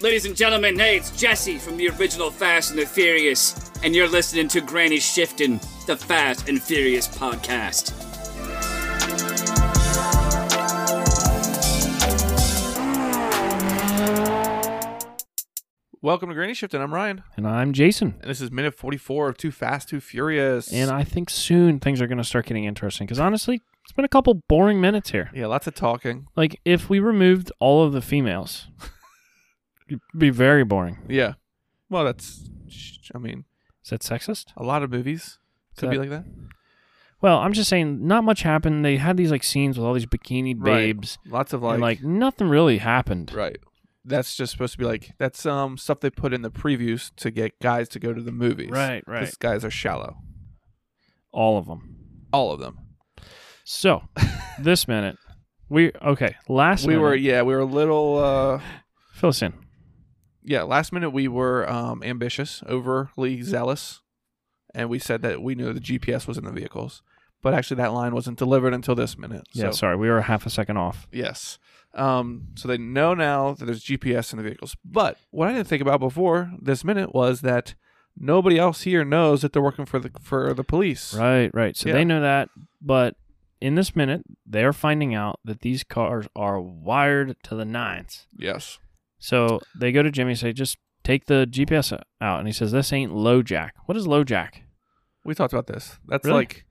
Ladies and gentlemen, hey, it's Jesse from the original Fast and the Furious, and you're listening to Granny Shifting, the Fast and Furious podcast. Welcome to Granny Shift, and I'm Ryan. And I'm Jason. And this is minute 44 of Too Fast, Too Furious. And I think soon things are going to start getting interesting because honestly, it's been a couple boring minutes here. yeah, lots of talking. Like, if we removed all of the females, it'd be very boring. Yeah. Well, that's, I mean, Is that sexist? a lot of movies could be That- like that. Well, I'm just saying, not much happened. They had these like scenes with all these bikini Right. babes, Lots of like, and like nothing really happened. right. That's just supposed to be like that's um stuff they put in the previews to get guys to go to the movies. Right, right. Because guys are shallow, All of them. all of them. So, this minute, we okay. Last we minute, were yeah, we were a little uh fill us in. yeah. Last minute we were um ambitious, Hmm. overly zealous, and we said that we knew the GPS was in the vehicles, but actually that line wasn't delivered until this minute. Yeah, so sorry, we were half a second off. Yes. Um, so they know now that there's GPS in the vehicles. But what I didn't think about before this minute was that nobody else here knows that they're working for the for the police. Right, right. So Yeah. they know that, but in this minute, they're finding out that these cars are wired to the nines. Yes. So they go to Jimmy and say, just take the GPS out. And he says, this ain't low jack. What is low jack? We talked about this. That's Really? like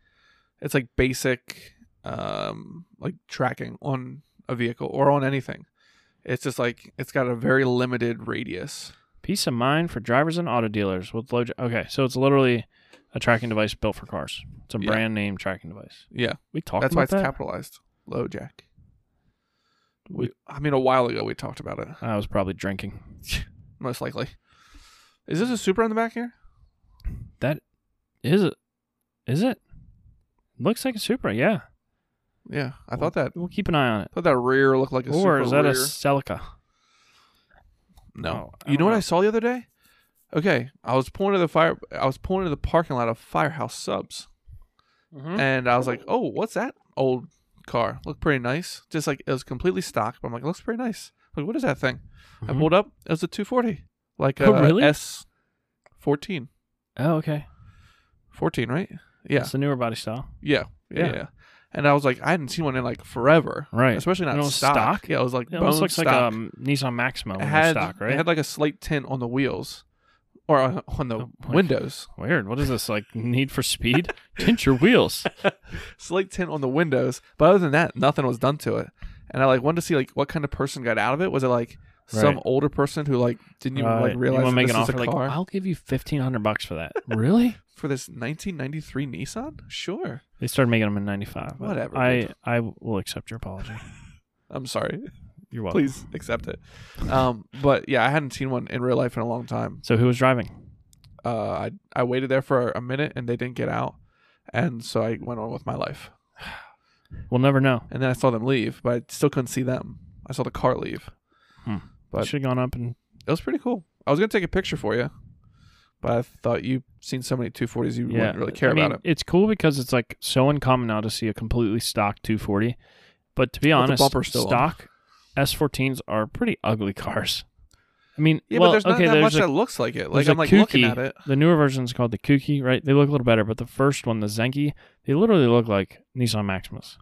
it's like basic um like tracking on a vehicle or on anything. It's just like it's got a very limited radius. Peace of mind for drivers and auto dealers with low jack. Okay, so it's literally a tracking device built for cars. It's a Yeah. brand name tracking device. Yeah. We talked That's why about it's that. capitalized. Low jack. We, I mean a while ago we talked about it. I was probably drinking. most likely. Is this a super on the back here? That is it. Is it? Looks like a Supra. Yeah, Yeah, I thought that we'll keep an eye on it. thought that rear looked like a super Or is that rear. a Celica? no? oh, I you don't know what know. I saw the other day? Okay, I was pointing to the fire. I was pointing to the parking lot of Firehouse Subs, Mm-hmm. and I was like, "Oh, what's that old car? Looked pretty nice. Just like it was completely stock, but I'm like, it looks pretty nice. Like, what is that thing? I Mhm. pulled up. It was a 240, like a Oh, really? S 14, Oh, okay. 14, right? Yeah, It's the newer body style. yeah, yeah, yeah, Yeah. And I was like, I hadn't seen one in like forever. Right. especially You not know, stock. stock? Yeah, it was like It bone almost looks stock. like a um, Nissan Maxima it when had it's stock, right? it had like a slight tint on the wheels, or on, on the Oh, boy. windows. Weird. What is this like? Need for Speed? Tint your wheels. Slight tint on the windows, but other than that, nothing was done to it. And I like wanted to see like what kind of person got out of it. Was it like some Right. older person who like didn't even Right. like realize wanna that make this an is offer a like car I'll give you fifteen hundred bucks for that. really? for this 1993 Nissan? Sure, They started making them in '95. but Whatever, I I will accept your apology. I'm sorry. You're welcome. Please accept it. Um, but yeah, I hadn't seen one in real life in a long time. So who was driving? uh, I I waited there for a minute and they didn't get out, and so I went on with my life. We'll never know. And then I saw them leave, but I still couldn't see them. I saw the car leave. Hmm. But Should have gone up and it was pretty cool. I was gonna take a picture for you, but I thought you seen so many 240s you yeah. wouldn't really care I mean, about it. It's cool because it's like so uncommon now to see a completely stock 240. But to be the honest, bumper still on. stock S14s are pretty ugly cars. I mean, Yeah, well, but there's not okay, that there's much a that looks like it. Like There's a I'm like looking kooky- at it. The newer version is called the Kuki, right? They look a little better, but the first one, the Zenki, they literally look like Nissan Maximus.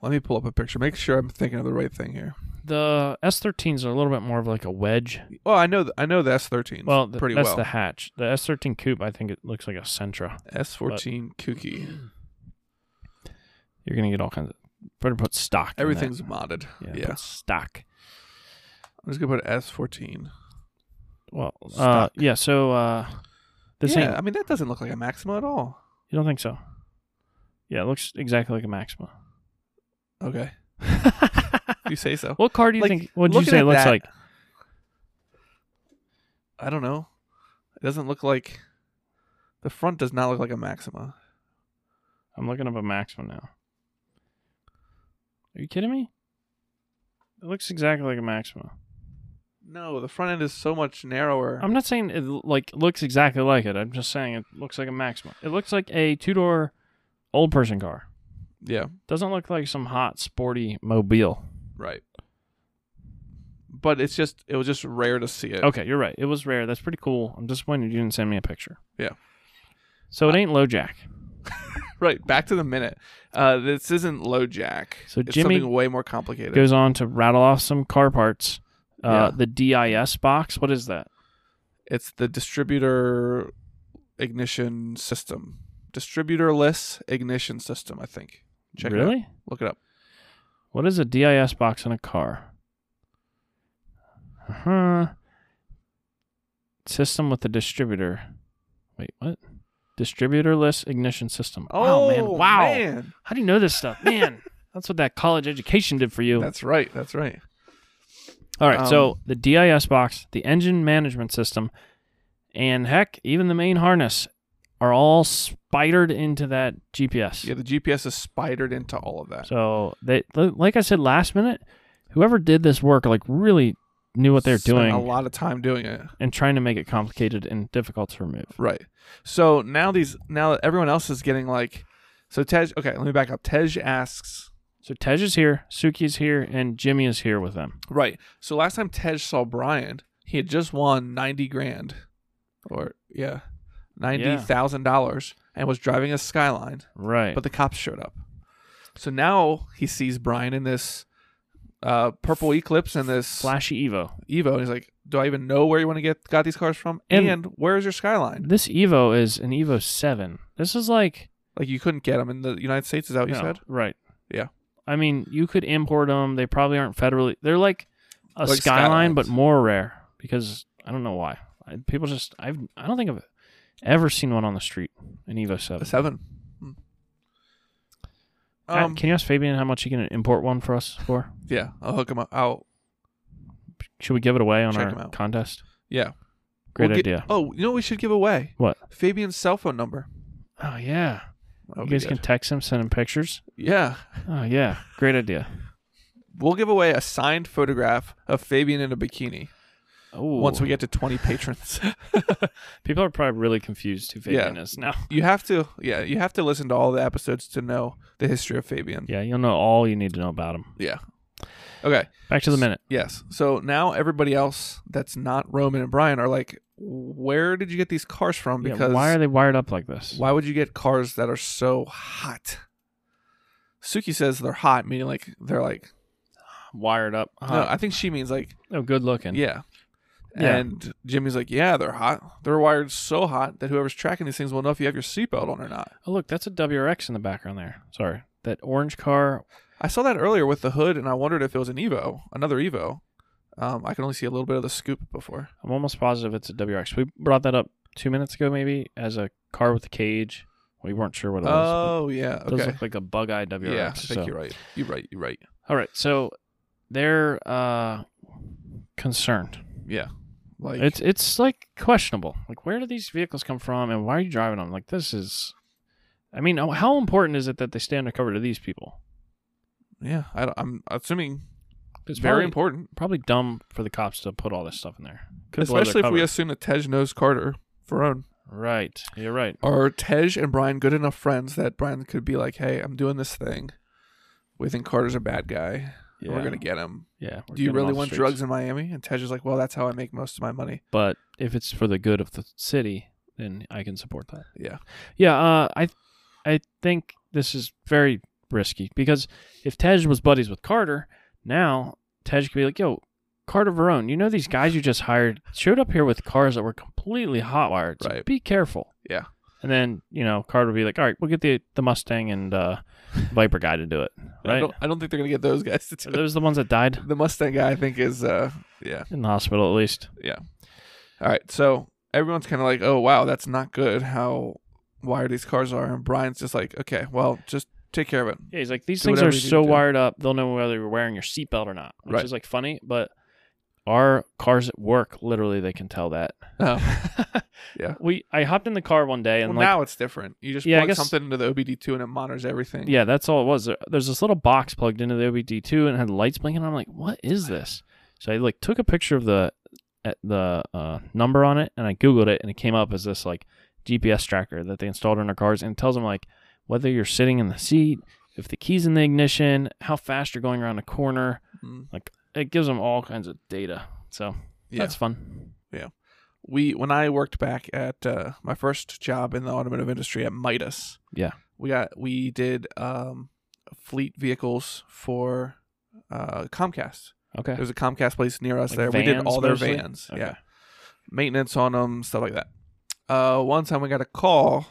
Let me pull up a picture. Make sure I'm thinking of the right thing here. The S13s are a little bit more of like a wedge. Well, I know th- I know the S13 Well, th- pretty that's well. the hatch. The S13 coupe, I think it looks like a Sentra. S14 kooky. You're gonna get all kinds of. Better put stock. in that. Everything's modded. Yeah, yeah, put stock. I'm just gonna put S14. Well, uh, Stock. yeah. So uh, this yeah, ain't. I mean that doesn't look like a Maxima at all. You don't think so? Yeah, it looks exactly like a Maxima. Okay. You say so. what car do you Like, think? What would you looking say at it looks that- like? I don't know. It doesn't look like the front does not look like a Maxima. I'm looking up a Maxima now. Are you kidding me? It looks exactly like a Maxima. No, the front end is so much narrower. I'm not saying it l- like looks exactly like it. I'm just saying it looks like a Maxima. It looks like a two door old person car. yeah, Doesn't look like some hot sporty mobile. right. but it's just it was just rare to see it. Okay, you're right. It was rare. That's pretty cool. I'm disappointed you didn't send me a picture. Yeah. So it ain't LoJack. Right, back to the minute. Uh, this isn't low jack. So it's Jimmy something way more complicated. Goes on to rattle off some car parts. Uh, Yeah. The DIS box. What is that? it's the distributor ignition system. Distributorless ignition system, I think. Check it out. really? Look it up. What is a DIS box in a car? Huh. System with a distributor. Wait, what? Distributorless ignition system. wow, Oh, man. Wow. Oh, man. How do you know this stuff? Man, that's what that college education did for you. That's right. That's right. All right, Um, so the DIS box, the engine management system, and heck, even the main harness are all spidered into that GPS. Yeah, the GPS is spidered into all of that. So they, li- like I said last minute, whoever did this work like really knew what they're Spent doing a lot of time doing it. and trying to make it complicated and difficult to remove. Right. So now these now that everyone else is getting like so Tej okay, let me back up. Tej asks So Tej is here, Suki's here, and Jimmy is here with them. Right. So last time Tej saw Brian, he had just won ninety grand. Or yeah. Ninety thousand dollars and was driving a skyline, Right. but the cops showed up. So now he sees Brian in this uh, purple eclipse and this Flashy Evo. Evo, and he's like, "Do I even know where you want to get got these cars from? And- And, where's your skyline? This Evo is an Evo 7. This is like Like you couldn't get them in the United States, is that what Oh, you No, said? Right. Yeah. I mean, you could import them. They probably aren't federally. They're like a Like skyline, Skylines. but more rare because I don't know why. I, people just I've I don't think I've ever seen one on the street. An Evo A Seven. seven. Hmm. Uh, Um, can you ask Fabian how much he can import one for us for? yeah, I'll hook him up. I'll Should we give it away on Check him our out. contest? yeah. Great We'll get- idea. oh, you know what we should give away What? Fabian's cell phone number. Oh yeah. That would you be guys can good. text him, send him pictures. yeah, Oh yeah. Great idea. we'll give away a signed photograph of Fabian in a bikini Oh, once we get to twenty patrons. people are probably really confused who Fabian is now. you have to, yeah, you have to listen to all the episodes to know the history of Fabian. Yeah, you'll know all you need to know about him. yeah. Okay. Back to the minute. Yes. So now everybody else that's not Roman and Brian are like, where did you get these cars from? Yeah, Because why are they wired up like this? why would you get cars that are so hot? Suki says they're hot, meaning like they're like. wired up. No, I think she means like oh, good looking. yeah. Yeah. And Jimmy's like, yeah, they're hot. They're wired so hot that whoever's tracking these things will know if you have your seatbelt on or not. Oh, look, that's a WRX in the background there. Sorry, that orange car. I saw that earlier with the hood, and I wondered if it was an Evo, another Evo. Um, I can only see a little bit of the scoop before. I'm almost positive it's a WRX. We brought that up two minutes ago, maybe, as a car with a cage. We weren't sure what it was. Oh yeah, but It does okay. look like a bug-eyed WRX. Yeah, I think so- you're right. You're right. You're right. All right, so they're uh, concerned. Yeah. Like It's it's like questionable. Like, where do these vehicles come from, and why are you driving them? Like, this is. I mean, oh, how important is it that they stay undercover to these people? yeah, I don't, I'm assuming It's it's very probably- important, probably dumb for the cops to put all this stuff in there. Could blow their especially if we cover. assume that Tej knows Carter Verone. right, you're right. Are Tej and Brian good enough friends that Brian could be like, "Hey, I'm doing this thing. We think Carter's a bad guy. and We're gonna get him. Yeah. we're Do you getting really off want streets. drugs in Miami?" And Tej is like, "Well, that's how I make most of my money." But if it's for the good of the city, then I can support that. Yeah. Yeah. Uh, I, I think this is very risky because if Tej was buddies with Carter, now Tej could be like, "Yo, Carter Verone, you know these guys you just hired showed up here with cars that were completely hotwired. So Right. Be careful." Yeah. And then you know Carter would be like, "All right, we'll get the the Mustang and uh, Viper guy to do it." I Right. don't, I don't think they're gonna get those guys to Are do it. those the ones that died The Mustang guy, I think, is uh, yeah, in the hospital, at least? yeah. All right, so everyone's kind of like, "Oh, wow, that's not good. How wired these cars are." And Brian's just like, "Okay, well, just take care of it." Yeah, he's like, these Do things whatever are you need so to do." wired up, they'll know whether you're wearing your seatbelt or not, which Right. is like funny, but our cars at work, literally, they can tell that. Oh. we, I hopped in the car one day and Well, like, now it's different. You just Yeah, I plug guess- something into the OBD2 and it monitors everything. yeah, that's all it was. There- There's this little box plugged into the OBD2 and it had lights blinking. I'm like, what is this? So I like took a picture of the at the uh, number on it and I googled it and it came up as this like GPS tracker that they installed in our cars and it tells them like whether you're sitting in the seat, if the key's in the ignition, how fast you're going around a corner. Mm. Like it gives them all kinds of data. So Yeah. that's fun. we when I worked back at uh, my first job in the automotive industry at Midas. Yeah. we got we did um, fleet vehicles for uh, Comcast. Okay. There's a Comcast place near us Like there. We did vans all their mostly? vans. Okay. Yeah, maintenance on them, stuff like that. Uh, one time we got a call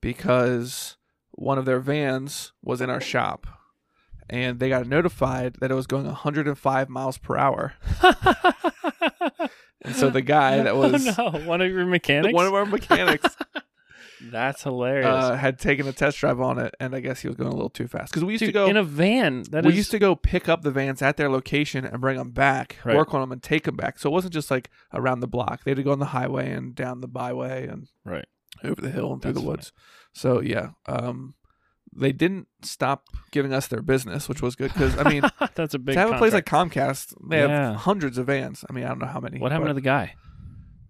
because one of their vans was in our shop, and they got notified that it was going 105 miles per hour. And so the guy that was oh, no, one of your mechanics. one of our mechanics that's hilarious. uh, had taken a test drive on it, and I guess he was going a little too fast because we used Dude, to go. in a van. That is we used to go pick up the vans at their location and bring them back, Right. work on them, and take them back. So it wasn't just like around the block. They had to go on the highway and down the byway and Right. over the hill and through That's the funny. woods. So yeah, um, they didn't stop giving us their business, which was good because I mean, to that's a big. have a place like contract. Comcast, they Yeah. have hundreds of vans. I mean, I don't know how many. What happened to the guy?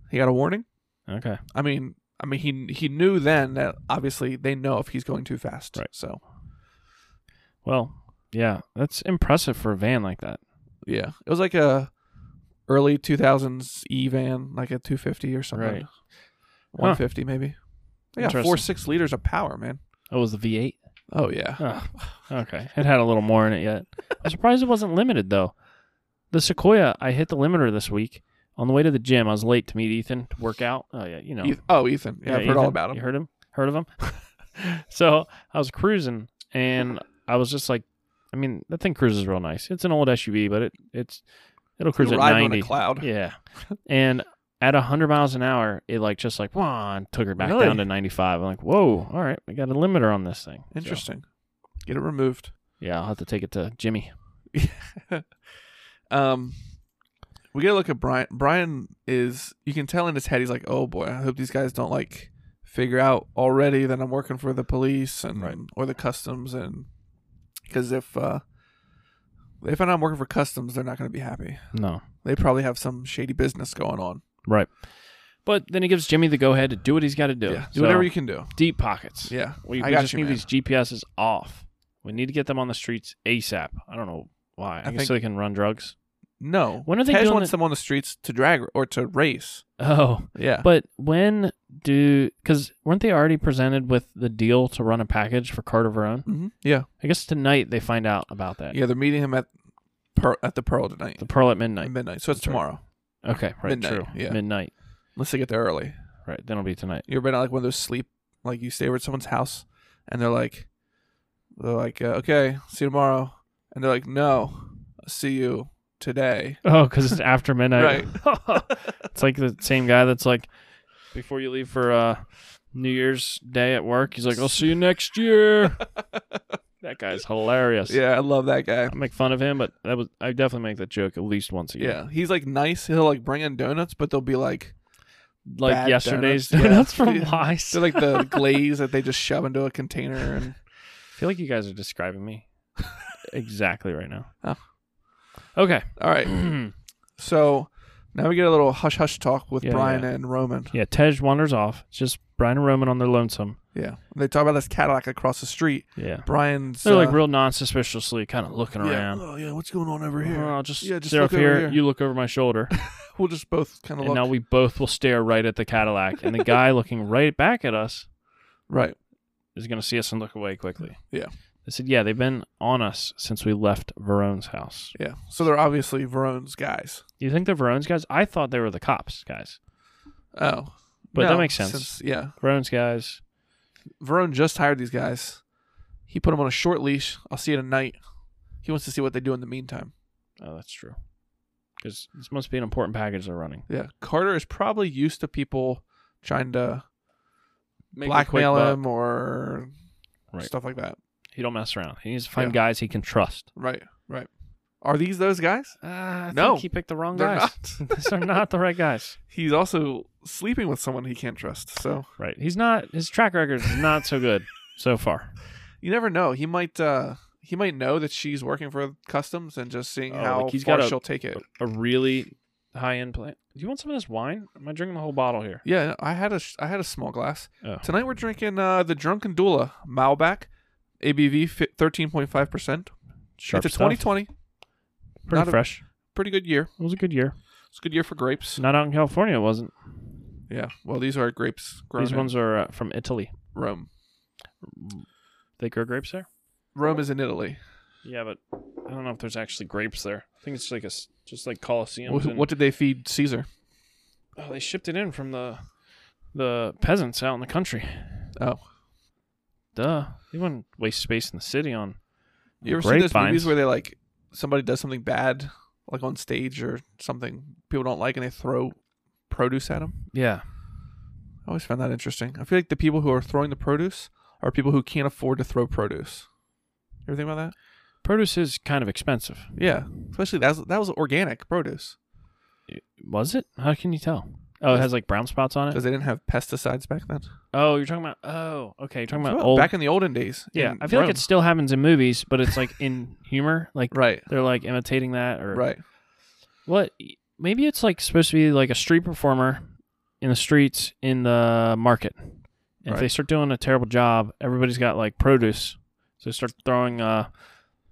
the? He got a warning. Okay. I mean, I mean, he he knew then that obviously they know if he's going too fast. Right. So Well, yeah, that's impressive for a van like that. Yeah, it was like a early 2000s E van, like a 250 or something, Right. 150 maybe. They got four Interesting. six liters of power, man. Oh, it was the V8. Oh yeah, Oh, okay. It had a little more in it yet. I'm surprised it wasn't limited though. The Sequoia, I hit the limiter this week on the way to the gym. I was late to meet Ethan to work out. Oh yeah, you know. Eth- oh Ethan, yeah, I've heard all Ethan. about You him. heard him? Heard of him? so I was cruising and I was just like, I mean, that thing cruises real nice. It's an old SUV, but it it's it'll cruise at Riding on ninety. a cloud. Yeah. And at 100 miles an hour, it like just like, wah, and took her back Really? down to 95. I'm like, whoa, all right, we got a limiter on this thing. So, Interesting. Get it removed. yeah, I'll have to take it to Jimmy. Um, we get a look at Brian. Brian is you can tell in his head he's like, oh boy, I hope these guys don't like figure out already that I'm working for the police and Right. or the customs and because if uh, they find out I'm working for customs, they're not going to be happy. No. They probably have some shady business going on. Right. But then he gives Jimmy the go ahead to do what he's got to do. Yeah, do So, whatever you can do. Deep pockets. Yeah, We, I we got just you, need man. these GPSs off. We need to get them on the streets ASAP. I don't know why. I, guess think- so they can run drugs. No, When are they Tej doing wants it- them on the streets to drag or to race. Oh. Yeah, But when do. Because weren't they already presented with the deal to run a package for Carter Verone? hmm yeah, I guess tonight they find out about that. yeah. They're meeting him at Pearl, at the Pearl tonight, The Pearl at at midnight. midnight. So it's That's right. tomorrow. Okay, right. Midnight, True. yeah. Midnight. Unless they get there early. Right. Then it'll be tonight. You ever been at like one of those sleep, like you stay over at someone's house, and they're like, they're like, uh, okay, see you tomorrow, and they're like, no, I'll see you today. Oh, because it's after midnight. it's like the same guy that's like, before you leave for uh, New Year's Day at work, he's like, "I'll see you next year." that guy's hilarious. yeah, I love that guy. I make fun of him, but that was I definitely make that joke at least once a year. Yeah, he's like nice. He'll like bring in donuts, but they'll be like, Like Bad yesterday's donuts, donuts, yeah. from Yeah. Wise. they're like the glaze that they just shove into a container and I feel like you guys are describing me exactly right now. Oh. Okay. All right. So now we get a little hush hush talk with Yeah, Brian and Roman. yeah, Tej wanders off. It's just Brian and Roman on their lonesome. Yeah. They talk about this Cadillac across the street. Yeah. Brian's They're uh, like real non-suspiciously, kind of looking yeah, around. oh yeah, what's going on over here? Well, I'll just, Yeah, just stare look up over here, here. You look over my shoulder, we'll just both kind of and look now we both will stare right at the Cadillac. And the guy looking right back at us right. is going to see us and look away quickly. Yeah. They said, "Yeah, they've been on us since we left Verone's house." Yeah. So they're obviously Verone's guys. Do you think they're Verone's guys? I thought they were the cops guys. Oh. But that No, makes sense. since- yeah. Verone's guys. Verone just hired these guys. He put them on a short leash. I'll see you tonight. He wants to see what they do in the meantime. Oh, that's true. Because this must be an important package they're running. Yeah. Carter is probably used to people trying to Make a blackmail quick buck. him or Right. stuff like that. He don't mess around. He needs to find Yeah. guys he can trust. Right, right. Are these those guys? Uh, I No. think he picked the wrong They're guys. not. These are not the right guys. He's also sleeping with someone he can't trust. So Right. He's not his track record is not so good so far. you never know. He might uh he might know that she's working for customs and just seeing Oh, how like he's Oh. far got a- she'll take it. A really high end plant. Do you want some of this wine? Am I drinking the whole bottle here? Yeah, I had a sh- I had a small glass. Oh. Tonight we're drinking uh the Drunken Doula Malbec ABV 13.5%. Sharp it's a stuff. 2020. Pretty not a- fresh. pretty good year. It was a good year. It's a good year for grapes. Not out in California, it wasn't. Yeah. Well, these are grapes grown These in ones are uh, from Italy. Rome. They grow grapes there. Rome is in Italy. Yeah, but I don't know if there's actually grapes there. I think it's like a s- just like Colosseum. What, what did they feed Caesar? Oh, they shipped it in from the the peasants out in the country. Oh, Duh, they wouldn't waste space in the city on. you ever seen those Grapevines. movies where they like somebody does something bad, like on stage or something people don't like, and they throw produce at them? Yeah, I always found that interesting. I feel like the people who are throwing the produce are people who can't afford to throw produce. You ever think about that? produce is kind of expensive. Yeah, especially that was, that was organic produce Was it? How can you tell? Oh, it has like brown spots on it. because they didn't have pesticides back then. Oh, you're talking about. Oh, okay, you're talking about Well, old. back in the olden days. yeah, in I feel Rome. like it still happens in movies, but it's like in humor. Like right, they're like imitating that or right. What? Maybe it's like supposed to be like a street performer in the streets in the market. And If Right. they start doing a terrible job, everybody's got like produce, so they start throwing uh,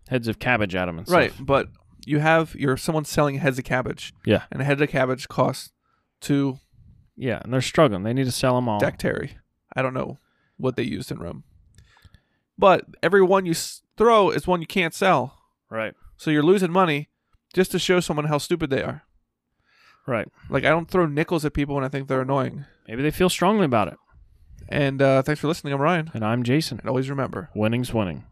heads of cabbage at them and stuff. Right, but you have you're someone selling heads of cabbage. Yeah. and a head of cabbage costs two Yeah, and they're struggling. They need to sell them all. dactari. I don't know what they used in Rome, but every one you s- throw is one you can't sell, Right. so you're losing money just to show someone how stupid they are. Right. Like I don't throw nickels at people when I think they're annoying. Maybe they feel strongly about it. And uh, thanks for listening. I'm Ryan, And I'm Jason. and always remember. Winning's winning.